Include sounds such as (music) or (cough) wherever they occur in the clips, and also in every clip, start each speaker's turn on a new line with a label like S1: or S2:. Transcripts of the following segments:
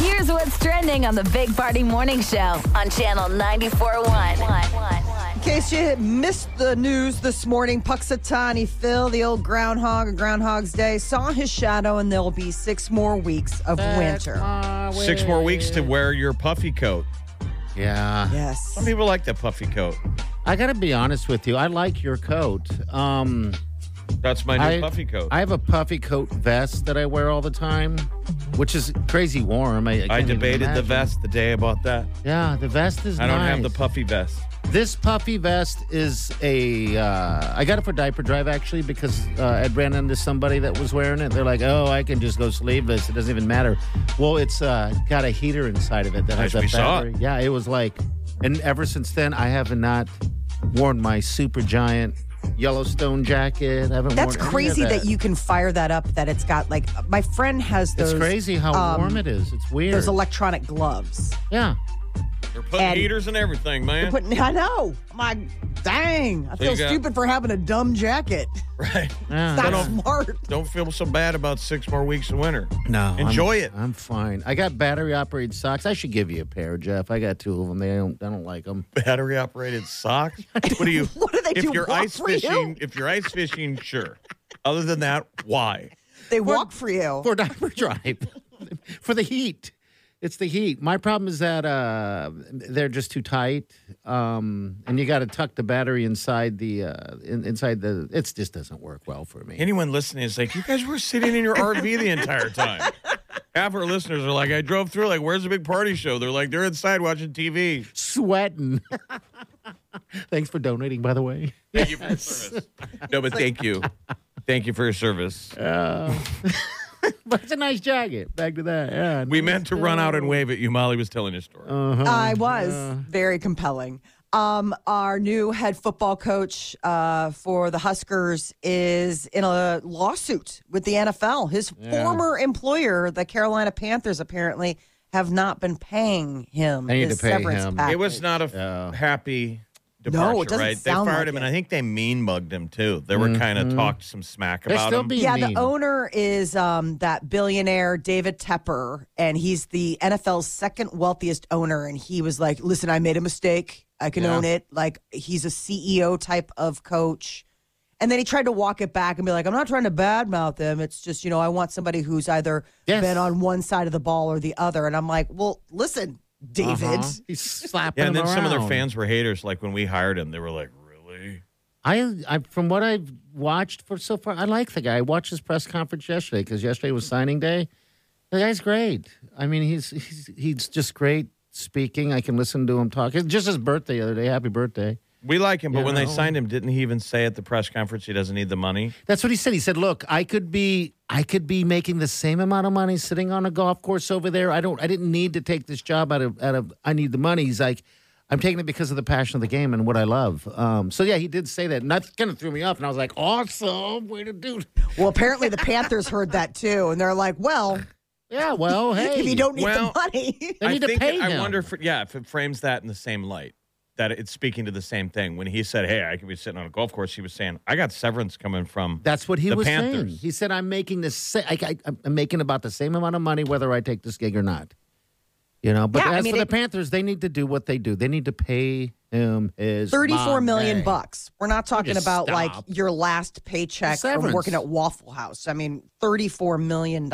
S1: Here's what's trending on the Big Party Morning Show on Channel 94.1.
S2: In case you missed the news this morning, Puxatani Phil, the old groundhog of Groundhog's Day, saw his shadow, and there'll be six more weeks of winter.
S3: Six more weeks to wear your puffy coat.
S4: Yeah.
S2: Yes.
S3: Some people like the puffy coat.
S4: I got to be honest with you. I like your coat. Um,
S3: That's my new
S4: I,
S3: puffy coat.
S4: I have a puffy coat vest that I wear all the time, which is crazy warm. I, I,
S3: I
S4: can't even
S3: debated the
S4: imagine.
S3: vest the day I bought that.
S4: Yeah, the vest is
S3: I don't
S4: nice.
S3: have the puffy vest.
S4: This puffy vest is a. Uh, I got it for diaper drive actually because uh, I ran into somebody that was wearing it. They're like, "Oh, I can just go sleeveless. It doesn't even matter." Well, it's uh, got a heater inside of it that has
S3: Nice, we
S4: a
S3: saw
S4: battery.
S3: it.
S4: Yeah, it was like, and ever since then, I have not worn my super giant Yellowstone jacket. I haven't.
S2: That's
S4: worn any of
S2: crazy that.
S4: that
S2: you can fire that up, that it's got like, my friend has
S4: It's
S2: those.
S4: crazy how
S2: um,
S4: warm it is. It's weird.
S2: Those electronic gloves.
S4: yeah.
S3: They're putting
S2: And-
S3: heaters and everything, man.
S2: But I know. My dang. I
S3: you
S2: feel
S3: got-
S2: stupid for having a dumb jacket.
S3: right.
S4: yeah.
S2: That's
S3: don't-
S2: smart.
S3: Don't feel so bad about six more weeks of winter.
S4: No, I'm-
S3: Enjoy it.
S4: I'm fine. I got battery operated socks. I should give you a pair, Jeff. I got two of them. They don't. I don't like them.
S3: Battery operated socks. What do you?
S2: What do they
S3: if
S2: do,
S3: you're
S2: walk
S3: ice
S2: for you?
S3: fishing, if you're ice fishing, sure. Other than that, why?
S2: They walk for you.
S4: for diaper drive (laughs) for the heat. It's the heat. My problem is that uh, they're just too tight, um, and you got to tuck the battery inside the uh, in, inside the. It just doesn't work well for me.
S3: Anyone listening is like, you guys were sitting in your RV the entire time. Half our listeners are like, I drove through. Like, where's the big party show? They're like, they're inside watching TV.
S4: Sweating. (laughs) Thanks for donating, by the way. (laughs)
S3: Thank you for your service. No, but thank you. Thank you for your service.
S4: But it's a nice jacket. Back to that. Yeah.
S3: We meant to run out and wave at you. Molly was telling his story.
S4: Uh-huh.
S2: I was very compelling. Um, our new head football coach uh, for the Huskers is in a lawsuit with the NFL. His former employer, the Carolina Panthers, apparently have not been paying him
S4: They need
S2: his
S4: to pay
S2: severance
S4: him.
S2: package.
S3: it was not a f- happy departure,
S2: No, it doesn't
S3: right?
S2: sound
S3: they fired
S2: like
S3: him, and
S2: it. Mm-hmm.
S3: I think they mean mugged him too. They were kind of talked some smack
S4: They're
S3: about
S4: still
S3: him.
S4: being
S2: Yeah,
S4: mean.
S2: the owner is um, that billionaire David Tepper, and he's the NFL's second wealthiest owner. And he was like, "Listen, I made a mistake. I can own it." Like he's a CEO type of coach. And then he tried to walk it back and be like, "I'm not trying to badmouth them. It's just you know I want somebody who's either
S4: Yes.
S2: been on one side of the ball or the other." And I'm like, "Well, listen, David."
S4: Uh-huh. He's slapping.
S3: yeah, and
S4: him
S3: then some of their
S4: around.
S3: fans were haters. Like when we hired him, they were like, "Really?"
S4: I, I from what I've watched for so far, I like the guy. I watched his press conference yesterday because yesterday was signing day. The guy's great. I mean, he's he's he's just great speaking. I can listen to him talk. It's just his birthday the other day. Happy birthday.
S3: We like him, but
S4: You
S3: when they
S4: know.
S3: signed him, didn't he even say at the press conference he doesn't need the money?
S4: That's what he said. He said, "Look, I could be I could be making the same amount of money sitting on a golf course over there. I don't I didn't need to take this job out of out of I need the money." He's like, "I'm taking it because of the passion of the game and what I love." Um, so yeah, he did say that, and that kind of threw me off. And I was like, "Awesome way to do." it."
S2: Well, apparently the Panthers heard that too, and they're like, "Well,
S4: Yeah, (laughs) well, hey,
S2: if you don't need
S3: Well,
S2: the money." (laughs)
S4: They need
S3: I
S4: to
S3: think
S4: pay
S3: it- I
S4: him.
S3: wonder if it- yeah, if it frames that in the same light that it's speaking to the same thing. When he said, "Hey, I could be sitting on a golf course," he was saying, "I got severance coming from."
S4: That's what he
S3: the
S4: was saying.
S3: Panthers.
S4: He said, "I'm making the sa- I, I, I'm making about the same amount of money whether I take this gig or not." You know, but
S2: Yeah,
S4: as
S2: I mean,
S4: for the
S2: it-
S4: Panthers, they need to do what they do. They need to pay him his
S2: Thirty-four million
S4: money.
S2: bucks. We're not talking
S4: Just
S2: about like
S4: stop.
S2: your last paycheck from
S4: Severance.
S2: working at Waffle House. I mean, $34 million.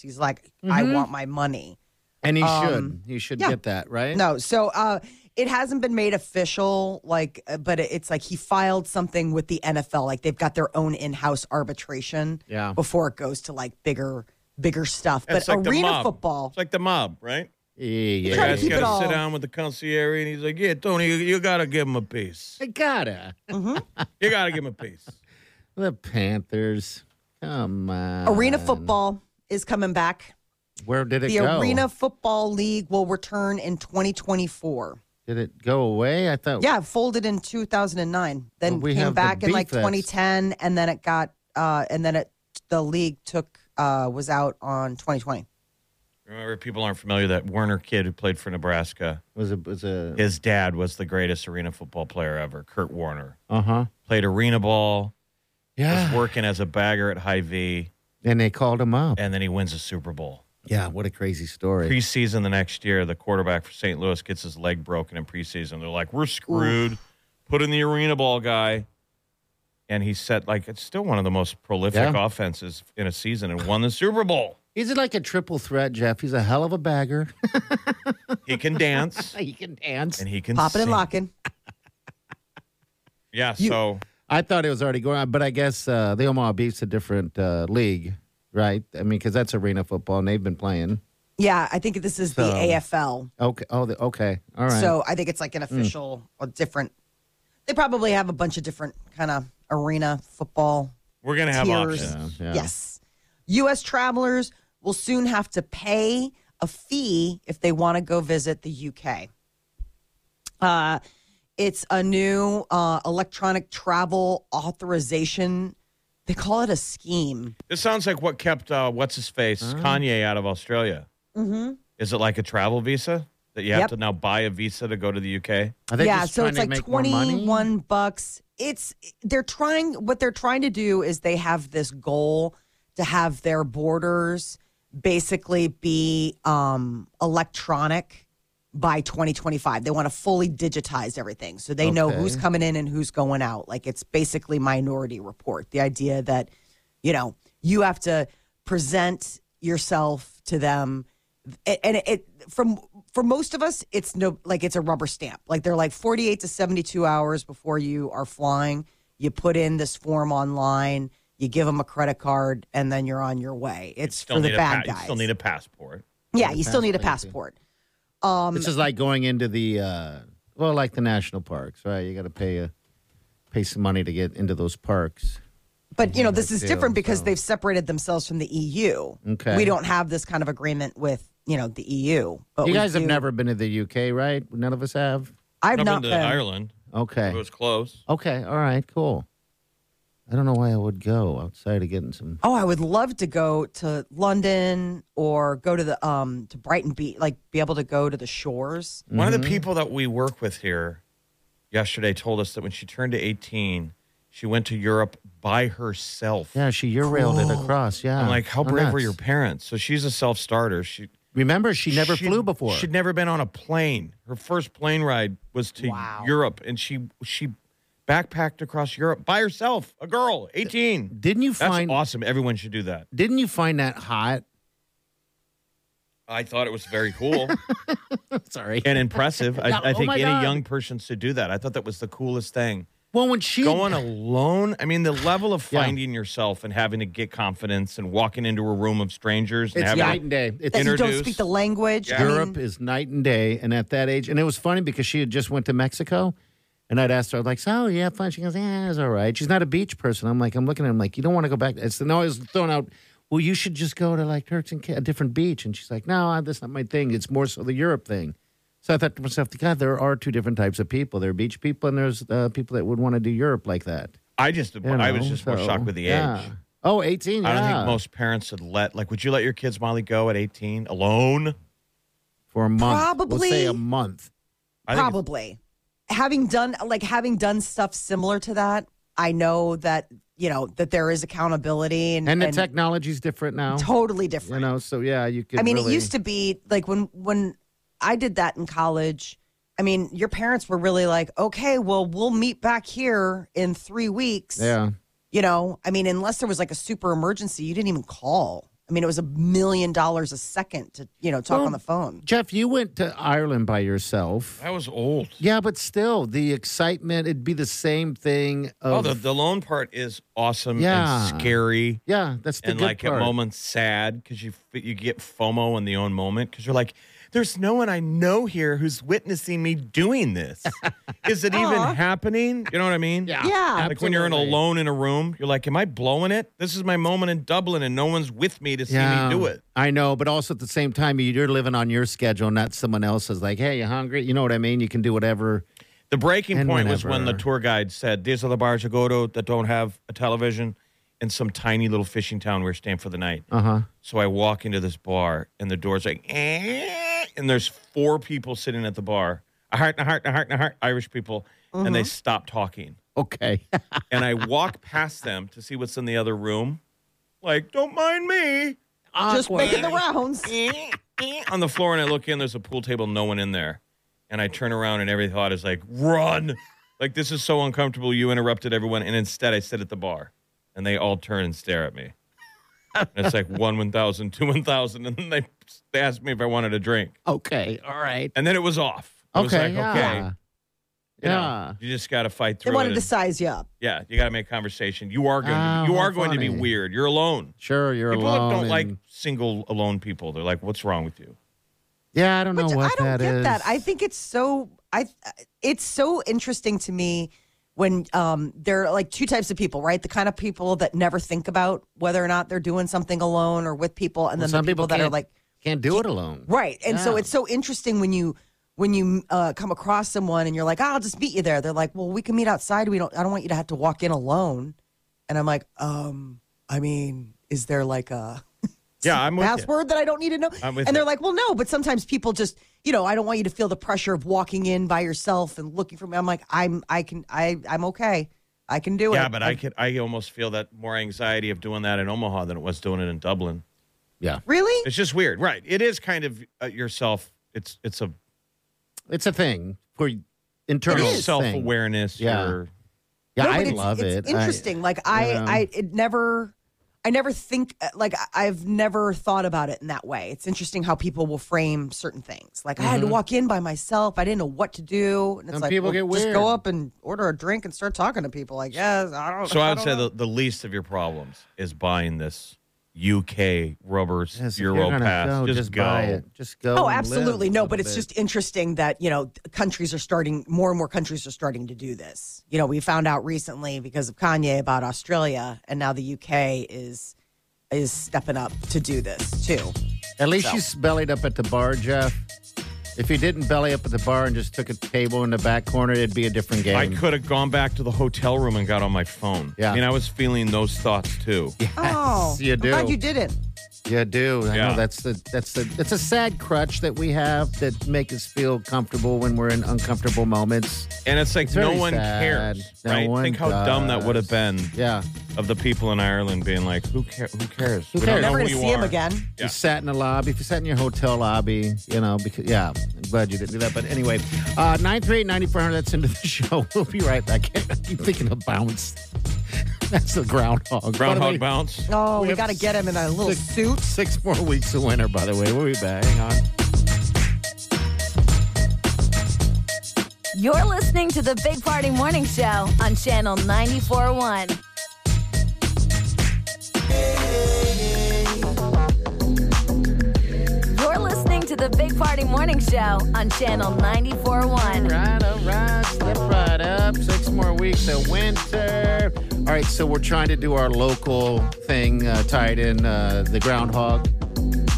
S2: He's like, I want my money.
S4: and he
S2: Um,
S4: should. He should
S2: yeah.
S4: get that right.
S2: No, so uh, it hasn't been made official, like, uh, but it- it's like he filed something with the NFL. Like they've got their own in house arbitration
S4: Yeah.
S2: before it goes to like bigger, bigger stuff.
S3: It's
S2: But
S3: like the
S2: arena
S3: mob.
S2: football.
S3: It's like the mob, right?
S4: Yeah, yeah,
S2: Try
S3: The
S2: to
S3: guy's
S2: keep it
S3: got
S2: all-
S3: to sit down with the concierge, and he's like, "Yeah, Tony, you, you got to give him a piece.
S4: I gotta
S3: You got to give him
S2: (laughs)
S3: a piece."
S4: the Panthers. Come on,
S2: Arena football is coming back.
S4: Where did it
S2: The
S4: go?
S2: Arena Football League will return in 2024.
S4: Did it go away? I thought.
S2: Yeah, it folded in 2009. Then
S4: But we
S2: came
S4: have the
S2: back in like
S4: defense.
S2: 2010, and then it got uh, and then it the league took uh, was out on 2020.
S3: Remember, people aren't familiar that Werner kid who played for Nebraska.
S4: Was it was a
S3: His dad was the greatest arena football player ever, Kurt Warner.
S4: uh huh.
S3: Played arena ball, was
S2: (sighs)
S4: Yeah.
S3: working as a bagger at High V,
S4: And they called him up.
S3: and then he wins a Super Bowl.
S4: Yeah. What a crazy story.
S3: Preseason the next year, the quarterback for St. Louis gets his leg broken in preseason. They're like, we're screwed. Put in the arena ball guy. And he set, like, it's still one of the most prolific
S4: Yeah.
S3: offenses in a season and won the Super Bowl.
S4: He's like a triple threat, Jeff. He's a hell of a bagger.
S2: (laughs)
S4: (laughs)
S3: He can dance
S4: he can dance.
S3: and he can
S2: Popping and
S3: sing.
S2: locking.
S3: Yeah, so
S4: I thought it was already going on, but I guess uh, the Omaha Beef's a different uh, league, right? I mean, because that's arena football, and they've been playing.
S2: Yeah, I think this is the
S4: So-
S2: AFL.
S4: Okay. Oh, the, okay. All right. Hmm.
S2: So I think it's like an official or different. They probably have a bunch of different kind of arena football
S3: we're going to have
S2: tiers.
S3: options.
S4: Yeah, yeah.
S2: Yes. U.S. travelers will soon have to pay a fee if they want to go visit the U.K. Uh, it's a new uh, electronic travel authorization. They call it a scheme.
S3: This sounds like what kept uh, what's his face Kanye out of Australia.
S2: Uh-huh. Mm-hmm.
S3: Is it like a travel visa that you have
S2: Yep.
S3: to now buy a visa to go to the UK?
S4: Are they
S2: yeah,
S4: just
S2: so
S4: trying
S2: it's
S4: to
S2: like
S4: make more money?
S2: 21 bucks. It's they're trying what they're trying to do is they have this goal to have their borders basically be um electronic by 2025. They want to fully digitize everything. So they know
S4: Okay.
S2: who's coming in and who's going out. Like it's basically minority report. The idea that you know, you have to present yourself to them A- and it, from for most of us it's no like it's a rubber stamp. Like they're like 48 to 72 hours before you are flying, you put in this form online, you give them a credit card and then you're on your way. It's for the
S3: need
S2: bad
S3: a pa-
S2: guys.
S3: You still need a passport.
S2: yeah, you still need a
S4: passport,
S2: passport. Um
S4: This is like going into the uh, well, like the national parks, right? You got to pay a pay some money to get into those parks.
S2: But you know, this
S4: that
S2: is
S4: too,
S2: different because
S4: so-
S2: they've separated themselves from the EU.
S4: Okay.
S2: We don't have this kind of agreement with, you know, the EU. But
S4: you
S2: we
S4: guys have
S2: do-
S4: never been to the UK, right? None of us have.
S2: I've
S3: I've
S2: not
S3: been to
S2: been.
S3: Ireland. It
S4: Okay.
S3: was close.
S4: Okay. All right. Cool. I don't know why I would go outside of getting some.
S2: Oh, I would love to go to London or go to the um to Brighton Beach, like be able to go to the shores.
S3: One of the people that we work with here yesterday told us that when she turned to 18, she went to Europe by herself.
S4: Yeah, she year railed it across. Yeah.
S3: I'm like, how brave were
S4: nuts.
S3: your parents? So she's a self starter. She
S4: Remember, she never
S3: she'd-
S4: flew before.
S3: She'd never been on a plane. Her first plane ride was to
S2: Wow.
S3: Europe, and she she backpacked across Europe by herself. A girl, eighteen.
S4: Didn't you
S3: That's
S4: find?
S3: awesome. Everyone should do that.
S4: Didn't you find that hot? (laughs)
S3: I thought it was very cool
S4: Sorry.
S3: and impressive. I,
S4: Yeah,
S3: I
S4: (laughs) oh
S3: think
S4: my
S3: any
S4: God.
S3: young person should do that. I thought that was the coolest thing.
S4: Well, when she
S3: Going alone. I mean, the level of
S4: Yeah.
S3: finding yourself and having to get confidence and walking into a room of strangers and
S4: it's
S3: having
S4: night and day. It's
S2: That you don't
S3: Introduce-
S2: speak the language. I mean,
S4: Europe is night and day, and at that age, and it was funny because she had just went to Mexico, and I'd asked her like, "So yeah, fun?" She goes, "Yeah, it's all right." She's not a beach person. I'm like, I'm looking at her, I'm like, you don't want to go back. It's no, I was throwing out. Well, you should just go to like Turks and Ca- a different beach, and she's like, "No, that's not my thing. It's more so the Europe thing." So I thought to myself, God, there are two different types of people. There are beach people, and there's uh, people that would want to do Europe like that.
S3: I just,
S4: you
S3: I
S4: know?
S3: was just more
S4: So,
S3: shocked with the
S4: yeah.
S3: age.
S4: Oh, 18,
S3: I don't
S4: yeah.
S3: think most parents would let. Like, would you let your kids, Molly, go at eighteen alone?
S4: for a month. We'll say
S2: Probably-
S4: a month.
S3: I think it's-
S2: probably having done like having done stuff similar to that. I know that you know that there is accountability and
S4: and the technology's different now.
S2: totally different.
S4: You know, so yeah, you could.
S2: I mean,
S4: really,
S2: it used to be like when when I did that in college. I mean, your parents were really like, okay, well, we'll meet back here in three weeks.
S4: Yeah,
S2: You know, I mean, unless there was like a super emergency, you didn't even call. I mean, it was a million dollars a second to you know talk on the phone.
S4: Jeff, you went to Ireland by yourself.
S3: That was old.
S4: Yeah, but still, the excitement—it'd be the same thing. Of,
S3: Oh, the, the loan part is awesome
S4: Yeah.
S3: and scary
S4: yeah, that's the
S3: and
S4: good
S3: like
S4: part.
S3: at moments sad because you you get FOMO in the own moment because you're like, there's no one I know here who's witnessing me doing
S4: (laughs)
S3: this. Is it even happening? You know what I mean?
S2: Yeah.
S3: Like when you're in
S4: absolutely.
S3: alone in a room, you're like, am I blowing it? This is my moment in Dublin and no one's with me to see me do it.
S4: I know, but also at the same time, you're living on your schedule, not someone else's. Like, hey, you hungry? You know what I mean? You can do whatever.
S3: The breaking
S4: And
S3: point was when the
S4: whenever-
S3: tour guide said, "These are the bars you go to that don't have a television." In some tiny little fishing town, we we're staying for the night. Uh
S4: Uh-huh.
S3: huh. So I walk into this bar, and the door's like, "Eh," and there's four people sitting at the bar, a heart, and a heart, and a heart, and a heart, Irish people, and they stop talking.
S4: Okay. (laughs)
S3: And I walk past them to see what's in the other room, like, "Don't mind me."
S2: Just making the rounds.
S3: on the floor and I look in, there's a pool table, no one in there. And I turn around and every thought is like, run. Like, this is so uncomfortable. You interrupted everyone. And instead, I sit at the bar and they all turn and stare at me. And it's like one, 1,000, two, 1,000. And then they, they asked me if I wanted a drink.
S4: okay. All right.
S3: And then it was off. It was
S4: Okay.
S3: like,
S4: yeah.
S3: okay. You, know,
S4: Yeah.
S3: you just got to fight
S2: They
S3: through it.
S2: wanted to
S3: and-
S2: size you up.
S3: yeah, you got to make conversation. You are going
S4: Ah,
S3: to, you
S4: how
S3: are going to be
S4: funny.
S3: weird. You're alone.
S4: Sure. You're
S3: People
S4: alone.
S3: don't like
S4: and-
S3: single, alone people. They're like, what's wrong with you?
S4: Yeah, I don't know
S2: Which
S4: Oh, what
S2: I don't
S4: that
S2: get
S4: is.
S2: that. I think it's so I it's so interesting to me when um there are like two types of people, right? The kind of people that never think about whether or not they're doing something alone or with people, and then
S4: Well,
S2: the
S4: some
S2: people,
S4: people
S2: that are
S4: can't-
S2: like
S4: can't do it alone.
S2: right. And so
S4: Yeah.
S2: it's so interesting when you when you uh, come across someone and you're like, "Ah, I'll just meet you there. They're like, Well, we can meet outside. We don't. I don't want you to have to walk in alone. And I'm like, um, I mean, is there like a
S3: (laughs) Yeah, I'm with you.
S2: password that I don't need to know.
S3: I'm with
S2: and they're
S3: you.
S2: like, well, no, but sometimes people just, you know, I don't want you to feel the pressure of walking in by yourself and looking for me. I'm like, I'm, I can, I, I'm okay. I can do it.
S3: Yeah, but I could. I almost feel that more anxiety of doing that in Omaha than it was doing it in Dublin.
S4: Yeah.
S2: really?
S3: It's just weird, right? It is kind of uh, yourself. It's it's a
S4: It's a thing for
S3: your
S4: internal
S3: self
S4: thing.
S3: awareness.
S4: Yeah.
S3: your-
S4: Yeah,
S2: No,
S4: I
S2: but it's,
S4: love
S2: it's
S4: it. I-
S2: Interesting. like I,
S4: know.
S2: I, it never, I never think like I- I've never thought about it in that way. It's interesting how people will frame certain things. Like I had to walk in by myself. I didn't know what to do. Mm-hmm. And it's
S4: And
S2: like
S4: people
S2: well,
S4: get
S2: just
S4: weird.
S2: go up and order a drink and start talking to people. Like yes, I don't.
S3: so I would
S2: don't
S3: say
S2: know.
S3: the, the least of your problems is buying this UK rubber
S4: Yes, if you're
S3: Euro
S4: gonna
S3: pass.
S4: go,
S3: just, go.
S4: buy it. Just go. and
S2: Oh,
S4: live
S2: absolutely.
S4: a
S2: No,
S4: little
S2: but it's
S4: bit.
S2: just interesting that, you know, th- countries are starting, more and more countries are starting to do this. You know, we found out recently because of Kanye about Australia, and now the UK is is stepping up to do this too.
S4: At least you bellied up at the bar, Jeff. If you didn't belly up at the bar and just took a table in the back corner, it'd be a different game.
S3: I could have gone back to the hotel room and got on my phone.
S4: Yeah.
S3: I mean, I was feeling those thoughts
S4: (laughs)
S3: too.
S2: Oh,
S4: you do.
S2: I'm glad you didn't.
S4: You do. I
S3: Yeah.
S4: know that's the that's the it's a sad crutch that we have that make us feel comfortable when we're in uncomfortable moments.
S3: And it's like
S4: It's
S3: no
S4: very
S3: one
S4: sad.
S3: cares,
S4: No
S3: right?
S4: one
S3: Think how dumb that
S4: does.
S3: would have been
S4: Yeah.
S3: of the people in Ireland being like, "Who, ca- who cares?
S4: Who
S3: we don't
S4: cares?
S3: know
S2: Never
S3: who
S2: going to
S3: you
S2: see
S3: are."
S2: him again.
S3: Yeah.
S4: You sat in a lobby. If you sat in your hotel lobby, you know, because, yeah, I'm glad you didn't do that. But anyway, uh, 938 9400, that's into the (laughs) show. We'll be right back. (laughs) I keep thinking of bounce. (laughs) That's the groundhog. By the way,
S3: Groundhog
S4: (laughs)
S3: bounce.
S2: Oh, we,
S4: We have
S2: got to get him in a little
S4: six-
S2: suit.
S4: Six more weeks of winter, by the way. We'll be back. Hang on.
S1: You're listening to the Big Party Morning Show on Channel 94.1. You're listening to the Big Party Morning Show on Channel 94.1.
S4: Right, all right, slip right up. Six more weeks of winter. All right, so we're trying to do our local thing uh, tied in uh, the groundhog.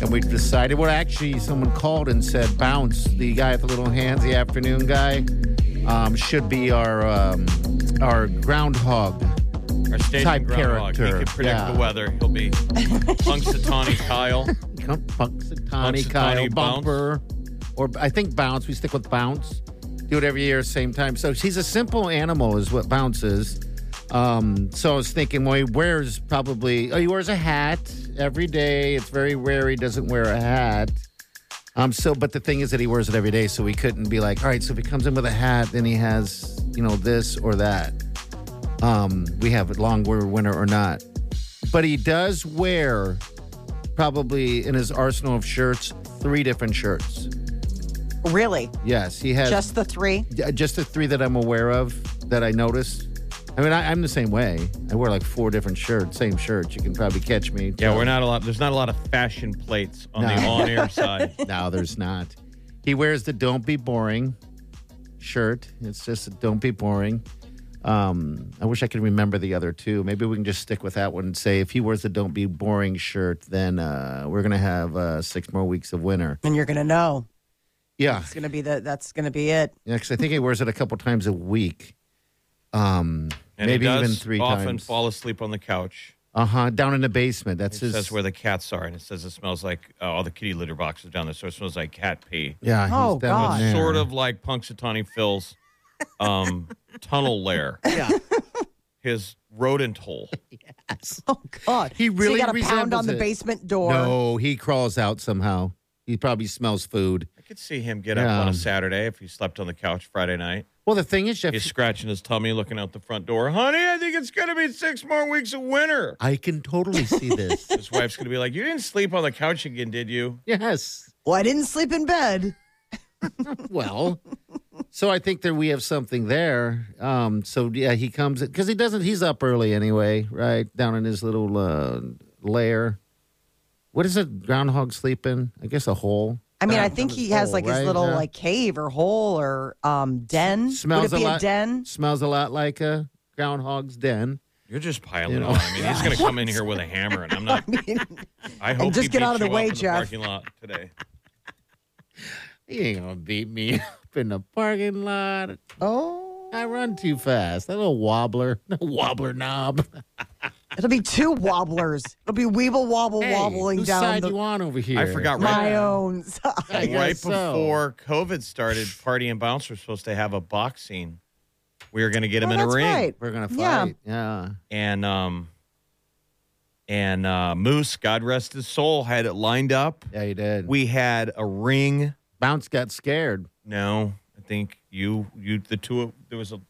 S4: And we decided, well, actually, someone called and said Bounce, the guy with the little hands, the afternoon guy, um, should be our um, our groundhog.
S3: Our station
S4: type
S3: groundhog.
S4: character.
S3: He can predict
S4: Yeah.
S3: the weather. He'll
S4: (laughs)
S3: be Punxsutawney Kyle.
S4: Come, Punxsutawney
S3: Punxsutawney
S4: Kyle
S3: Bounce.
S4: Bumper. Or I think Bounce. We stick with Bounce. Do it every year, same time. So he's a simple animal, is what Bounce is. Um, so I was thinking, well, he wears probably, oh, he wears a hat every day. It's very rare he doesn't wear a hat. Um, so, but the thing is that he wears it every day. So we couldn't be like, all right, so if he comes in with a hat, then he has, you know, this or that. Um, we have it long we're winter or not. But he does wear probably in his arsenal of shirts, three different shirts.
S2: Really?
S4: Yes, he has
S2: Just the three?
S4: just the three that I'm aware of that I noticed. I mean, I, I'm the same way. I wear like four different shirts, same shirts. You can probably catch me.
S3: Yeah, we're not a lot. There's not a lot of fashion plates on the
S4: No.
S3: on-air side.
S4: (laughs) No, there's not. He wears the "Don't be boring" shirt. It's just a "Don't be boring." Um, I wish I could remember the other two. Maybe we can just stick with that one and say if he wears the "Don't be boring" shirt, then uh, we're gonna have uh, six more weeks of winter.
S2: And you're gonna know.
S4: Yeah,
S2: It's gonna be the. That's gonna be it. (laughs)
S4: yeah, because I think he wears it a couple times a week. Um,
S3: And
S4: maybe
S3: he does
S4: even three
S3: often
S4: times.
S3: fall asleep on the couch.
S4: Uh huh. Down in the basement. That's
S3: It
S4: his.
S3: says where the cats are, and it says it smells like uh, all the kitty litter boxes down there, so it smells like cat pee.
S4: yeah. he's
S2: Oh,
S4: down
S2: God.
S4: in there.
S3: Sort of like Punxsutawney Phil's
S4: (laughs)
S3: um, tunnel lair.
S4: Yeah.
S3: His rodent hole.
S2: Oh God.
S4: He
S2: So you
S4: really
S2: gotta pound
S4: resembles
S2: on the
S4: it.
S2: basement door.
S4: No, he crawls out somehow. He probably smells food.
S3: I could see him get up
S4: Yeah.
S3: on a Saturday if he slept on the couch Friday night.
S4: Well, the thing is, Jeff,
S3: He's scratching his tummy, looking out the front door. Honey, I think it's going to be six more weeks of winter.
S4: I can totally see
S3: (laughs)
S4: this.
S3: His wife's going to be like, You didn't sleep on the couch again, did you?
S4: yes.
S2: Well, I didn't sleep in bed.
S4: Well, so I think that we have something there. Um, so yeah, he comes because he doesn't. He's up early anyway, right? Down in his little uh, lair. What is it? Groundhog sleeping? I guess a hole.
S2: I mean,
S4: Down
S2: I
S4: in
S2: think
S4: his
S2: he has
S4: hole,
S2: like his
S4: right?
S2: little
S4: Yeah.
S2: like cave or hole or um den. Would
S4: smells
S2: it be
S4: a
S2: a,
S4: lot- (laughs)
S2: den?
S4: smells a lot like a groundhog's den.
S3: You're just piling
S4: You know.
S3: on. I mean, he's going to come in here with a hammer, and I'm not. I hope
S2: just
S3: he
S2: get
S3: beats
S2: out of the
S3: you
S2: way,
S3: up in
S2: Jeff.
S3: The parking lot today.
S4: He ain't gonna beat me (laughs) up in the parking lot.
S2: (laughs) Oh,
S4: I run too fast. That little wobbler, (laughs) wobbler knob.
S2: it'll be two wobblers. It'll be Weeble Wobble
S4: Hey,
S2: wobbling
S4: whose
S2: down
S4: side
S2: the,
S4: you on over here?
S3: I forgot right,
S2: my own (laughs) side.
S4: I
S3: (laughs)
S4: guess
S3: right
S4: so.
S3: before COVID started. Party and Bounce were supposed to have a boxing. We were going to get him
S2: Oh,
S3: in a
S2: that's
S3: ring,
S2: right.
S4: We're gonna
S2: Yeah.
S4: fight. Yeah.
S3: and um, and uh, Moose, God rest his soul, had it lined up.
S4: Yeah, you did.
S3: We had a ring.
S4: Bounce got scared.
S3: No, I think you, you, the two. of There was a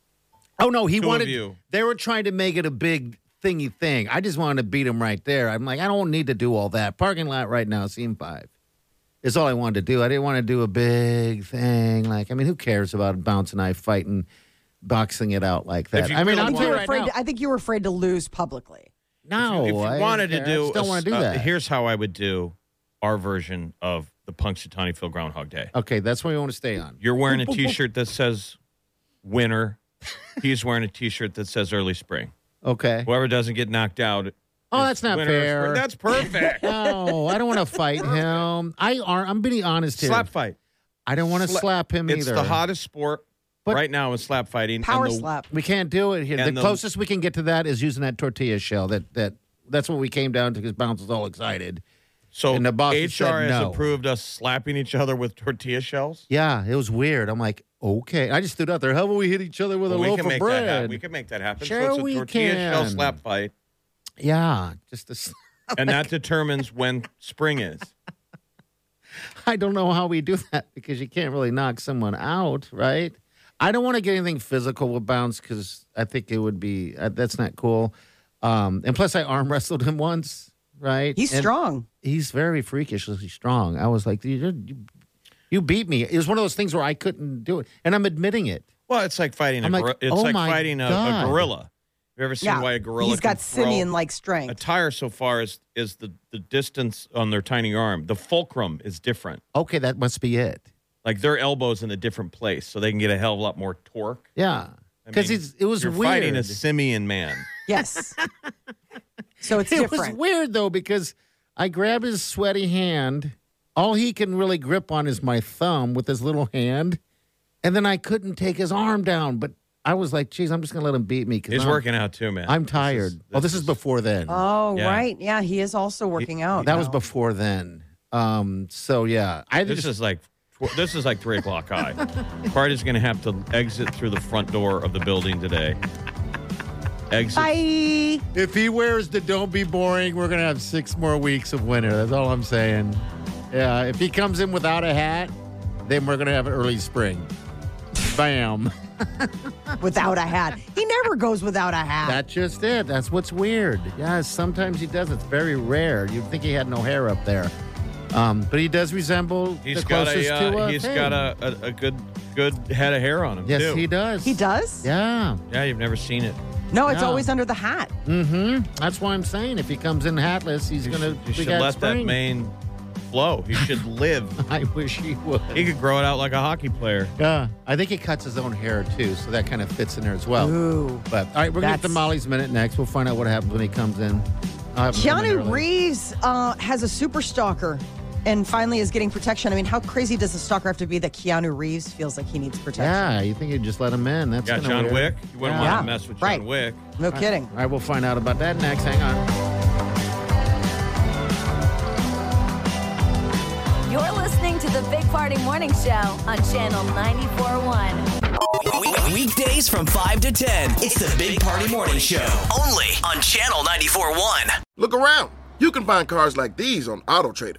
S4: Oh no, he
S3: Two of
S4: wanted.
S3: you.
S4: They were trying to make it a big thingy thing. I just wanted to beat him right there. I'm like, I don't need to do all that. Parking lot right now, scene five. Is all I wanted to do. I didn't want to do a big thing. Like, I mean, who cares about Bounce and I fighting, boxing it out like that?
S3: you
S4: I mean,
S3: really
S4: I'm
S3: want-
S2: You
S4: here
S2: were
S4: right
S2: afraid.
S4: now.
S2: I think you were afraid to lose publicly.
S4: no,
S3: if you
S4: I
S3: wanted to
S4: didn't care. I
S3: do,
S4: just don't
S3: a-
S4: want to do
S3: uh,
S4: that.
S3: Here's how I would do our version of the Punxsutawney Phil Groundhog Day.
S4: okay, that's what we want to stay on.
S3: You're wearing a T-shirt that says "Winter." He's wearing a T-shirt that says "Early Spring."
S4: Okay.
S3: Whoever doesn't get knocked out.
S4: Oh,
S3: is
S4: that's not
S3: winner or
S4: fair.
S3: spring. That's
S4: (laughs)
S3: perfect.
S4: No, I don't want
S3: (laughs)
S4: to fight him. I are. I'm being honest here.
S3: slap fight.
S4: I don't want to
S3: Sla-
S4: slap him
S3: It's
S4: either.
S3: the hottest sport
S4: But-
S3: right now is slap fighting.
S2: Power
S3: and the-
S2: slap.
S4: We can't do it here. The,
S3: And the-
S4: closest we can get to that is using that tortilla shell. That that that's what we came down to because Bounce was all excited.
S3: So
S4: And the boss has
S3: HR
S4: said
S3: has
S4: no.
S3: approved us slapping each other with tortilla shells.
S4: Yeah, it was weird. I'm like, okay. I just stood out there. How about we hit each other with
S3: Well,
S4: a
S3: we
S4: loaf
S3: can
S4: of
S3: make that happen.
S4: bread?
S3: We can make that happen.
S4: Sure
S3: so it's a
S4: we
S3: tortilla shell
S4: can. Oh
S3: slap fight,
S4: (laughs) Yeah, just a s-
S3: and that determines when spring is.
S4: (laughs) I don't know how we do that (laughs) because you can't really knock someone out, right? I don't want to get anything physical with Bounce because I think it would be uh, that's not cool. Um, and plus, I arm wrestled him once, right?
S2: He's
S4: And-
S2: strong.
S4: he's very freakishly strong. I was like, you, you, you beat me. It was one of those things where I couldn't do it, and I'm admitting it.
S3: Well, it's like fighting. A
S4: I'm like,
S3: gor- it's
S4: oh
S3: like
S4: my
S3: fighting a, a
S4: God.
S3: gorilla. You ever seen
S2: yeah,
S3: why a gorilla?
S2: he's
S3: can
S2: got
S3: throw
S2: simian like
S3: A
S2: strength.
S3: tire so far is is the the distance on their tiny arm. The fulcrum is different.
S4: Okay, that must be it.
S3: Like their elbows in a different place, so they can get a hell of a lot more torque.
S4: Yeah,
S3: I
S4: because
S3: mean,
S4: it's it was
S3: You're
S4: weird.
S3: fighting a simian
S4: (laughs)
S3: man.
S2: Yes. so it's
S4: it
S2: different.
S4: was weird though because I grabbed his sweaty hand. All he can really grip on is my thumb with his little hand, and then I couldn't take his arm down. But I was like, "Geez, I'm just gonna let him beat me." Cause
S3: He's
S4: I'm,
S3: working out too, man.
S4: I'm
S3: This is-
S4: tired. oh, this is, before then.
S2: Oh
S3: Yeah.
S2: right, yeah. He is also working out.
S4: that was
S2: now.
S4: before then. Um. So yeah, I
S3: This
S4: just
S3: is like tw- this is like three o'clock
S4: (laughs)
S3: high. Party's going to have to exit through the front door of the building today. Exit.
S2: Bye.
S4: If he wears the don't be boring, we're going to have six more weeks of winter. That's all I'm saying. Yeah, if he comes in without a hat, then we're going to have early spring. Bam. (laughs)
S2: Without a hat, he never goes without a hat.
S4: That's just it. That's what's weird. Yeah, sometimes he does. It's very rare. You'd think he had no hair up there. Um, but he does resemble
S3: He's
S4: the
S3: got
S4: closest
S3: a
S4: to
S3: uh,
S4: a
S3: he's
S4: thing.
S3: got a, a, a good good head of hair on him
S4: Yes,
S3: too.
S4: he does.
S2: he does.
S4: Yeah.
S3: Yeah, you've never seen it.
S2: No, it's
S4: No.
S2: always under the hat.
S4: That's why I'm saying if he comes in hatless, he's
S3: You,
S4: gonna.
S3: sh- you
S4: we
S3: should
S4: got
S3: let that
S4: spring.
S3: mane flow. He should live.
S4: (laughs) I wish he would.
S3: he could grow it out like a hockey player.
S4: Yeah, I think he cuts his own hair too, so that kind of fits in there as well.
S2: Ooh.
S4: But all right, we're gonna get to
S2: That's-
S4: Molly's minute next. We'll find out what happens when he comes in. I'll have him come in
S2: Keanu
S4: early.
S2: Reeves uh, has a super stalker and finally is getting protection. I mean, how crazy does a stalker have to be that Keanu Reeves feels like he needs protection?
S4: Yeah, you think you just let him in? That's
S3: Yeah,
S4: kinda
S3: John
S4: weird.
S3: Wick. You wouldn't
S4: Yeah.
S3: want to mess with John
S2: right.
S3: Wick.
S2: No kidding.
S4: All right, we'll find out about that next. Hang on.
S1: You're listening to the Big Party Morning Show on Channel 941.
S5: Weekdays from 5 to 10. It's the Big Party Morning Show. Only on Channel 94.1.
S6: Look around. You can find cars like these on AutoTrader,